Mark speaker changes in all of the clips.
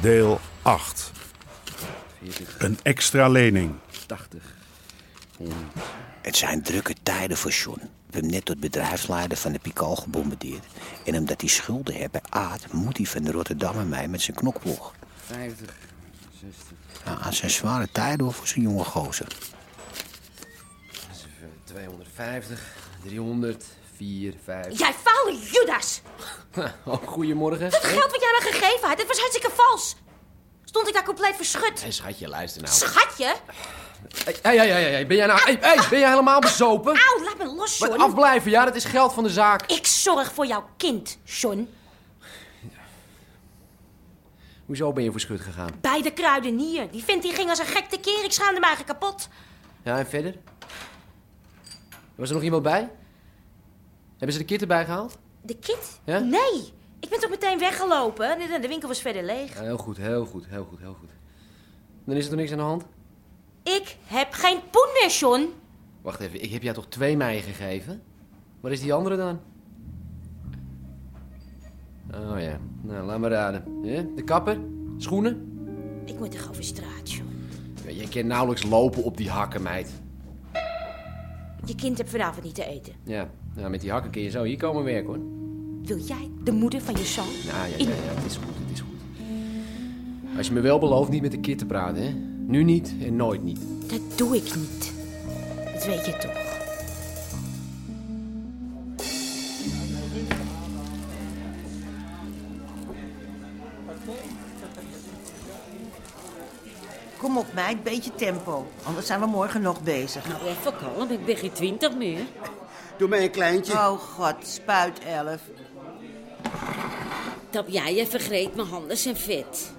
Speaker 1: Deel 8. Een extra lening.
Speaker 2: Het zijn drukke tijden voor John. We hebben net tot bedrijfsleider van de Pikal gebombardeerd. En omdat hij schulden heeft bij Aad, moet hij van de Rotterdammer mee met zijn knokploeg.
Speaker 3: 50.
Speaker 2: Nou, het zijn zware tijden hoor, voor zo'n jonge gozer.
Speaker 3: 250, 300, 4, 5.
Speaker 4: Jij faal Judas!
Speaker 3: Oh, goedemorgen.
Speaker 4: Dat geld wat jij me gegeven had, dat was hartstikke vals. Stond ik daar compleet verschut.
Speaker 3: Hey, schatje, luister nou.
Speaker 4: Schatje?
Speaker 3: Hey, hey, hey, hey, hey, ben jij nou... Hey, hey, ben jij helemaal bezopen?
Speaker 4: Auw, laat me los,
Speaker 3: Wat
Speaker 4: John.
Speaker 3: afblijven, ja, dat is geld van de zaak.
Speaker 4: Ik zorg voor jouw kind, John.
Speaker 3: Hoezo ben je voor schut gegaan?
Speaker 4: Bij de kruidenier. Die vindt die ging als een gek tekeer. Ik schaamde me eigenlijk kapot.
Speaker 3: Ja, en verder? Was er nog iemand bij? Hebben ze de kit erbij gehaald?
Speaker 4: De kit?
Speaker 3: Ja?
Speaker 4: Nee. Ik ben toch meteen weggelopen. De- de- De winkel was verder leeg.
Speaker 3: Ja, heel goed, heel goed, heel goed, heel goed. Dan is er toch niks aan de hand?
Speaker 4: Ik heb geen poen meer, John.
Speaker 3: Wacht even, ik heb jou toch 2 mei gegeven? Waar is die andere dan? Oh ja, nou laat maar raden. Ja, De kapper? Schoenen?
Speaker 4: Ik moet toch over straat, John.
Speaker 3: Ja, jij kan nauwelijks lopen op die hakken, meid.
Speaker 4: Je kind hebt vanavond niet te eten.
Speaker 3: Ja, nou, met die hakken kun je zo hier komen werken hoor.
Speaker 4: Wil jij de moeder van je zoon?
Speaker 3: Nou ja, ja, ja, het is goed, het is goed. Als je me wel belooft niet met de kid te praten, hè? Nu niet en nooit niet.
Speaker 4: Dat doe ik niet. Dat weet je toch.
Speaker 5: Kom op meid, beetje tempo. Anders zijn we morgen nog bezig.
Speaker 6: Nou, even kalm, ik ben geen twintig meer.
Speaker 7: Doe mij een kleintje.
Speaker 5: Oh god, spuit elf.
Speaker 6: Tap jij, je vergreet mijn handen zijn vet.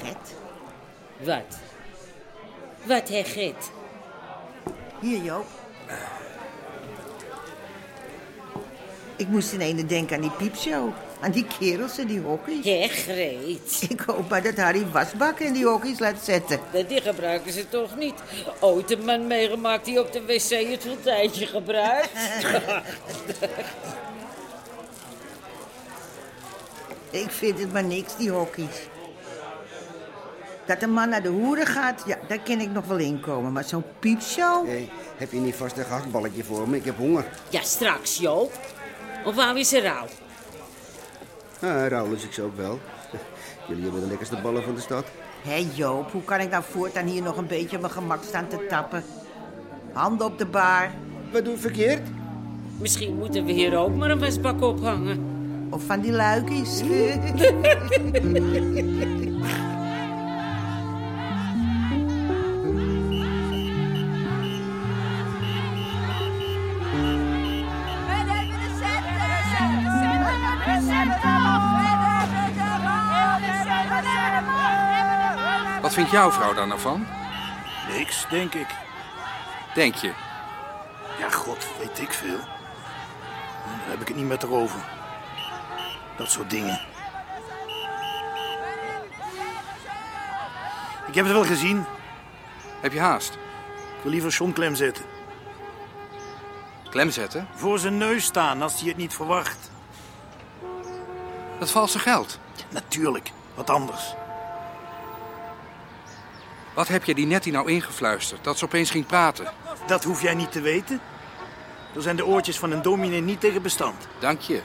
Speaker 5: Gert.
Speaker 6: Wat? Wat, hè, Gert?
Speaker 5: Hier Joop. Ik moest in ene denken aan die piepshow. Aan die kerels en die hockey.
Speaker 6: Hè, Greet?
Speaker 5: Ik hoop maar dat Harry wasbakken en die hockey's laat zetten.
Speaker 6: Dat Die gebruiken ze toch niet? Ooit een man meegemaakt die op de wc het fonteintje gebruikt.
Speaker 5: Ik vind het maar niks, die hockey's. Dat een man naar de hoeren gaat, ja, daar kan ik nog wel inkomen. Maar zo'n piepshow?
Speaker 7: Hé, heb je niet vast een gehaktballetje voor me? Ik heb honger.
Speaker 6: Ja, straks, Joop. Of wou je ze rauw?
Speaker 7: Ah, Raoul is ik zo wel. Jullie hebben de lekkerste ballen van de stad.
Speaker 5: Hé Joop, hoe kan ik nou voortaan hier nog een beetje op mijn gemak staan te tappen? Handen op de baar.
Speaker 7: Wat doe ik verkeerd?
Speaker 6: Misschien moeten we hier ook maar een wasbak ophangen.
Speaker 5: Of van die luikjes.
Speaker 8: We hebben de centen! We hebben de centen! We hebben de centen!
Speaker 9: Wat vindt jouw vrouw daar nou van?
Speaker 10: Niks, denk ik.
Speaker 9: Denk je?
Speaker 10: Ja, god, weet ik veel. Dan heb ik het niet met haar over. Dat soort dingen. Ik heb het wel gezien.
Speaker 9: Heb je haast?
Speaker 10: Ik wil liever John klem zetten.
Speaker 9: Klem zetten?
Speaker 10: Voor zijn neus staan als hij het niet verwacht.
Speaker 9: Dat valse geld.
Speaker 10: Natuurlijk, wat anders.
Speaker 9: Wat heb je die Nettie nou ingefluisterd? Dat ze opeens ging praten.
Speaker 10: Dat hoef jij niet te weten. Daar zijn de oortjes van een dominee niet tegen bestand.
Speaker 9: Dank je,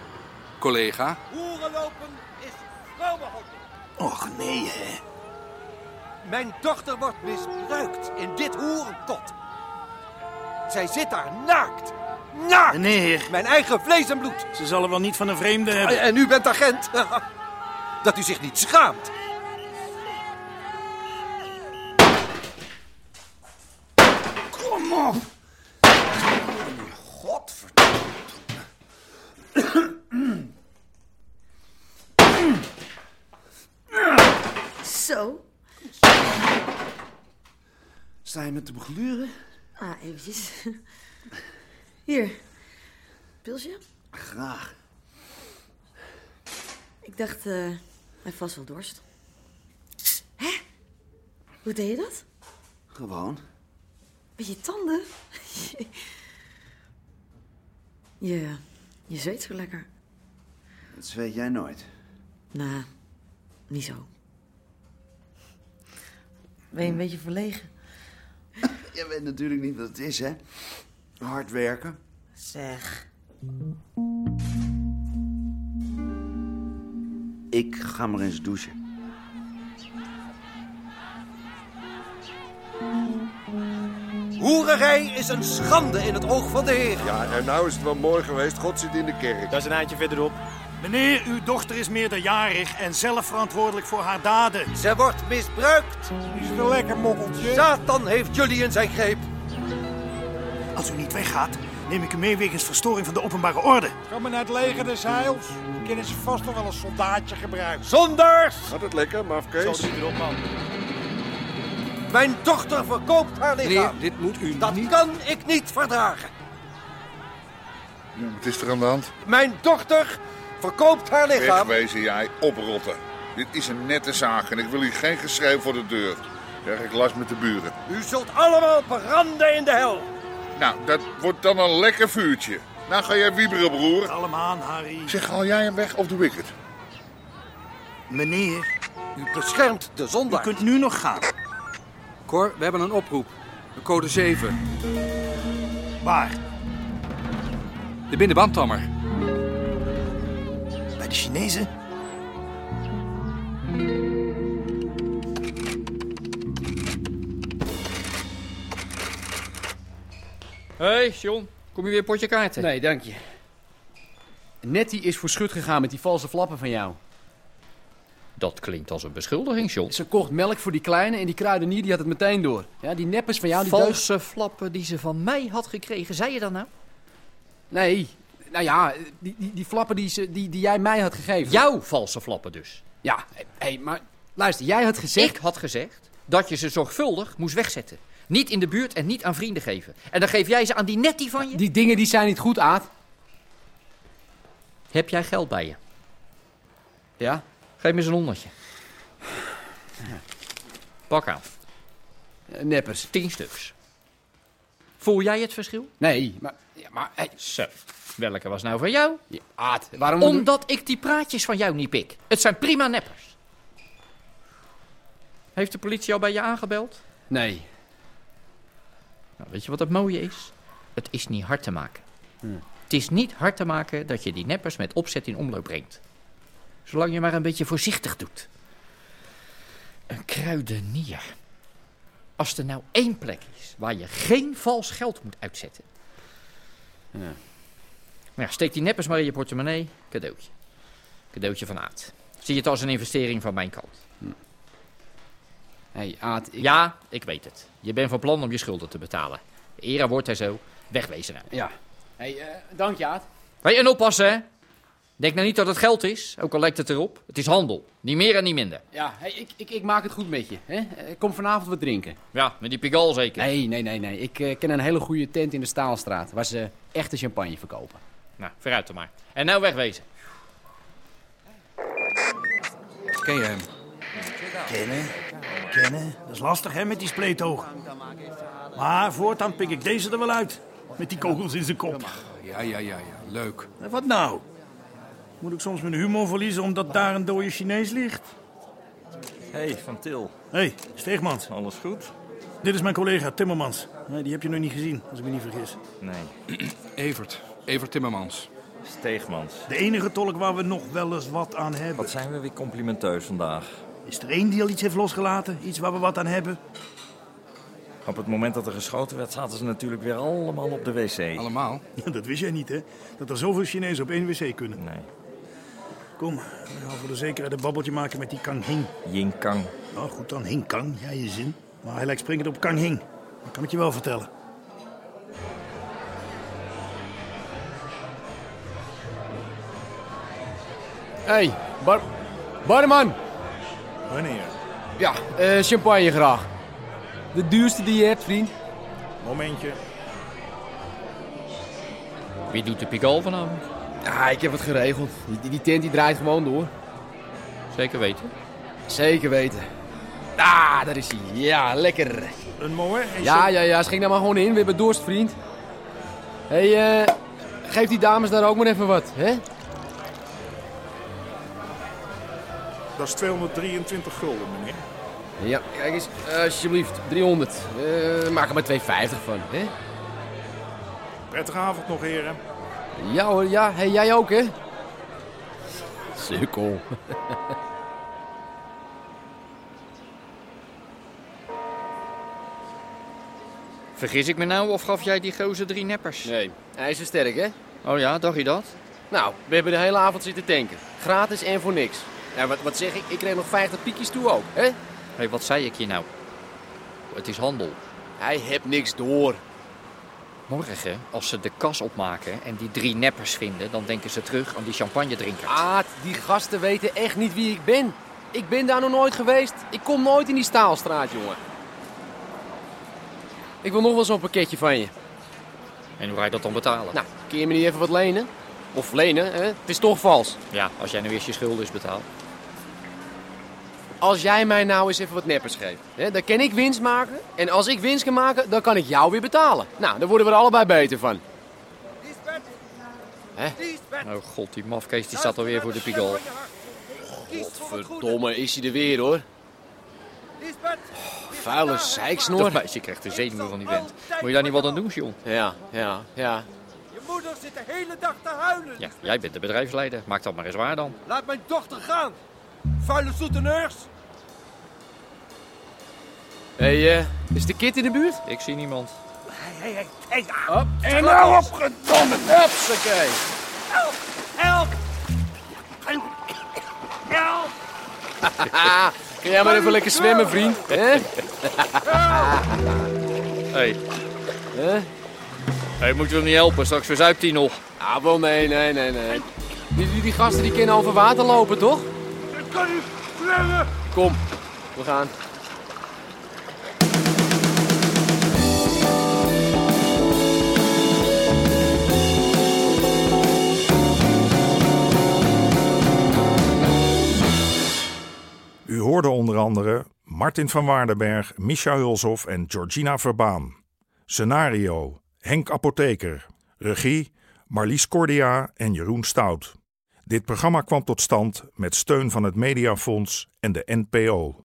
Speaker 9: collega.
Speaker 11: Boerenlopen is vrouwenhokken.
Speaker 10: Och nee, hè.
Speaker 11: Mijn dochter wordt misbruikt in dit hoerenkot. Zij zit daar naakt. Naakt!
Speaker 10: Meneer,
Speaker 11: Mijn eigen vlees en bloed.
Speaker 10: ze zal er wel niet van een vreemde hebben.
Speaker 11: En u bent agent. Dat u zich niet schaamt.
Speaker 12: Kom op! Godverdomme.
Speaker 4: Zo.
Speaker 12: Sta je me te begluren?
Speaker 4: Ah, eventjes. Hier. Pilsje?
Speaker 12: Graag.
Speaker 4: Ik dacht, eh, hij heeft vast wel dorst. Hè? Hoe deed je dat?
Speaker 12: Gewoon.
Speaker 4: Met je tanden? je, je zweet zo lekker.
Speaker 12: Dat zweet jij nooit.
Speaker 4: Nou, niet zo. Ben je een beetje verlegen?
Speaker 12: Jij weet natuurlijk niet wat het is, hè? Hard werken.
Speaker 4: Zeg.
Speaker 12: Ik ga maar eens douchen.
Speaker 11: Hoererij is een schande in het oog van de Heer.
Speaker 1: Ja, en nou is het wel mooi geweest. God zit in de kerk.
Speaker 13: Dat is een eindje verderop.
Speaker 10: Meneer, uw dochter is meerderjarig en zelf verantwoordelijk voor haar daden.
Speaker 11: Ze wordt misbruikt.
Speaker 10: Is wel lekker, mokkeltje.
Speaker 11: Satan heeft jullie in zijn greep.
Speaker 10: Als u niet weggaat, neem ik u mee wegens verstoring van de openbare orde.
Speaker 14: Kan men naar het leger des heils? Kunnen ze vast nog wel een soldaatje gebruiken?
Speaker 11: Zonders!
Speaker 1: Gaat het lekker, mafkees?
Speaker 13: Zo ziet erop, man.
Speaker 11: Mijn dochter verkoopt haar lichaam.
Speaker 9: Meneer, dit moet u
Speaker 11: Dat kan ik niet verdragen.
Speaker 1: Ja, wat is er aan de hand?
Speaker 11: Mijn dochter verkoopt haar lichaam.
Speaker 1: Wegwezen jij, oprotten. Dit is een nette zaak en ik wil hier geen geschreeuw voor de deur. Krijg ik last met de buren.
Speaker 11: U zult allemaal branden in de hel.
Speaker 1: Nou, dat wordt dan een lekker vuurtje. Nou ga jij wieberen, broer.
Speaker 10: Allemaal aan, Harry.
Speaker 1: Zeg, haal jij hem weg of doe ik het?
Speaker 10: Meneer,
Speaker 11: u beschermt de zondaar.
Speaker 10: U kunt nu nog gaan.
Speaker 9: Cor, we hebben een oproep. De Code 7.
Speaker 10: Waar?
Speaker 9: De binnenbandtammer.
Speaker 12: Bij de Chinezen?
Speaker 6: Hé, hey, John. Kom je weer potje kaarten?
Speaker 3: Nee, dank je. Nettie is voor schut gegaan met die valse flappen van jou.
Speaker 6: Dat klinkt als een beschuldiging, John.
Speaker 3: Ze kocht melk voor die kleine en die kruidenier die had het meteen door. Ja, die neppers van jou... Die
Speaker 6: Valse flappen die ze van mij had gekregen, zei je dat nou?
Speaker 3: Nee, nou ja, die, die, die flappen die, ze, die, die jij mij had gegeven.
Speaker 6: Jouw valse flappen dus.
Speaker 3: Ja, hé, maar luister, jij had gezegd...
Speaker 6: Ik had gezegd dat je ze zorgvuldig moest wegzetten. Niet in de buurt en niet aan vrienden geven. En dan geef jij ze aan die nettie van je.
Speaker 3: Die dingen die zijn niet goed, Aad.
Speaker 6: Heb jij geld bij je?
Speaker 3: Ja?
Speaker 6: Geef me eens een honderdje. Pak aan.
Speaker 3: Eh, Neppers.
Speaker 6: Tien stuks. Voel jij het verschil?
Speaker 3: Nee, maar... Ja, maar hé,
Speaker 6: Zo, welke was nou van jou?
Speaker 3: Aad, waarom...
Speaker 6: Omdat ik die praatjes van jou niet pik. Het zijn prima neppers. Heeft de politie al bij je aangebeld?
Speaker 3: Nee.
Speaker 6: Nou, weet je wat het mooie is? Het is niet hard te maken. Het is niet hard te maken dat je die neppers met opzet in omloop brengt. Zolang je maar een beetje voorzichtig doet. Een kruidenier. Als er nou één plek is waar je geen vals geld moet uitzetten.
Speaker 3: Ja.
Speaker 6: Nou, ja, steek die neppers maar in je portemonnee. Cadeautje. Cadeautje van Aad. Zie het als een investering van mijn kant.
Speaker 3: Hé, Aad, ik...
Speaker 6: Ja, ik weet het. Je bent van plan om je schulden te betalen. Era wordt hij zo. Wegwezen nou.
Speaker 3: Ja. Hé, eh, dank je, Aad.
Speaker 6: Hey, en oppassen, hè. Denk nou niet dat het geld is, ook al lijkt het erop. Het is handel. Niet meer en niet minder.
Speaker 3: Ja, hé, ik, ik, ik maak het goed met je. Hè? Eh, Kom vanavond wat drinken.
Speaker 6: Ja, met die pigal zeker.
Speaker 3: Nee, nee, nee, nee. Ik eh, ken een hele goede tent in de Staalstraat waar ze echte champagne verkopen.
Speaker 6: Nou, vooruit dan maar. En nou wegwezen.
Speaker 9: Ken je hem?
Speaker 12: Kennen, kennen.
Speaker 10: Dat is lastig, hè, met die spleetoog. Maar voortaan pik ik deze er wel uit. Met die kogels in zijn kop.
Speaker 9: Ja, ja, ja, ja. Leuk.
Speaker 10: En wat nou? Moet ik soms mijn humor verliezen omdat daar een dode Chinees ligt?
Speaker 15: Hey, Van Til.
Speaker 10: Hé, hey, Steegmans.
Speaker 15: Alles goed?
Speaker 10: Dit is mijn collega Timmermans. Nee, die heb je nog niet gezien, als ik me niet vergis.
Speaker 15: Nee.
Speaker 9: Evert. Evert Timmermans.
Speaker 15: Steegmans.
Speaker 10: De enige tolk waar we nog wel eens wat aan hebben.
Speaker 15: Wat zijn we weer complimenteus vandaag.
Speaker 10: Is er één die al iets heeft losgelaten? Iets waar we wat aan hebben?
Speaker 15: Op het moment dat er geschoten werd, zaten ze natuurlijk weer allemaal op de wc.
Speaker 9: Allemaal.
Speaker 10: Dat wist jij niet, hè? Dat er zoveel Chinezen op één wc kunnen.
Speaker 15: Nee.
Speaker 10: Kom, we gaan voor de zekerheid een babbeltje maken met die Kang Hing.
Speaker 15: Yin Kang.
Speaker 10: Nou goed dan, Hing Kang, jij je zin. Maar hij lijkt springend op Kang Hing. Dat kan ik je wel vertellen.
Speaker 3: Hé, hey, bar... barman!
Speaker 1: Wanneer?
Speaker 3: Ja, eh, champagne graag. De duurste die je hebt, vriend.
Speaker 1: Momentje.
Speaker 16: Wie doet de pikal vanavond?
Speaker 3: Ja, ik heb het geregeld. Die, die tent die draait gewoon door.
Speaker 16: Zeker weten.
Speaker 3: Zeker weten. Ah, daar is hij. Ja, lekker.
Speaker 1: Een mooi.
Speaker 3: Ja, ja, ja. Schik nou maar gewoon in. We hebben dorst, vriend. Hé, hey, eh, geef die dames daar ook maar even wat, hè?
Speaker 1: Dat is 223 gulden, meneer.
Speaker 3: Ja, kijk eens. Eh, Alsjeblieft, 300. Eh, maak er maar 250 van, hè?
Speaker 1: Prettige avond nog, heren.
Speaker 3: Ja hoor, ja. Hey, jij ook, hè? Sukkel.
Speaker 16: Vergis ik me nou of gaf jij die gozer drie neppers?
Speaker 3: Nee, hij is sterk, hè?
Speaker 16: Oh ja, dacht je dat?
Speaker 3: Nou, we hebben de hele avond zitten tanken. Gratis en voor niks. Ja, wat, wat zeg ik? Ik kreeg nog 50 piekjes toe ook, hè?
Speaker 16: Hé, wat zei ik je nou? Het is handel.
Speaker 3: Hij hebt niks door.
Speaker 16: Morgen, als ze de kas opmaken en die drie neppers vinden, dan denken ze terug aan die champagne drinken.
Speaker 3: Aad, die gasten weten echt niet wie ik ben. Ik ben daar nog nooit geweest. Ik kom nooit in die staalstraat, jongen. Ik wil nog wel zo'n pakketje van je.
Speaker 16: En hoe ga je dat dan betalen?
Speaker 3: Nou, kun je me niet even wat lenen? Of lenen, hè? Het is toch vals.
Speaker 16: Ja, als jij nu eerst je schulden is betaald.
Speaker 3: Als jij mij nou eens even wat neppers geeft, hè, dan kan ik winst maken. En als ik winst kan maken, dan kan ik jou weer betalen. Nou, daar worden we er allebei beter van. Hè?
Speaker 16: Oh god, die mafkees die staat alweer voor de pigol.
Speaker 3: Godverdomme, is hij er weer hoor. Oh, Vuile zeiksnor.
Speaker 16: Dat meisje krijgt de zenuwen van die vent. Moet je daar niet wat aan doen, John?
Speaker 3: Ja, ja, ja.
Speaker 11: Je moeder zit de hele dag te huilen.
Speaker 16: Ja, jij bent de bedrijfsleider. Maak dat maar eens waar dan.
Speaker 11: Laat mijn dochter gaan. Vuile soeteneurs.
Speaker 3: Hé, hey, eh, is de kit in de buurt?
Speaker 16: Ik zie niemand.
Speaker 11: Hé, hé, hé.
Speaker 3: Hop.
Speaker 11: En nou op.
Speaker 1: Godverdomme,
Speaker 3: Hupsakee.
Speaker 11: Help. Help. Help.
Speaker 3: Haha, Ga jij maar even lekker zwemmen, vriend. Hè?
Speaker 16: Hé,
Speaker 3: Hè?
Speaker 16: hey, moeten we hem niet helpen? Straks verzuipt hij nog.
Speaker 3: Ah, wel nee, nee, nee, nee. Die, die, die gasten die kunnen over water lopen, toch?
Speaker 11: Ik kan niet zwemmen.
Speaker 3: Kom, we gaan.
Speaker 1: U hoorde onder andere Martin van Waardenberg, Micha Hulshoff en Georgina Verbaan. Scenario: Henk Apotheker. Regie: Marlies Cordia en Jeroen Stout. Dit programma kwam tot stand met steun van het Mediafonds en de NPO.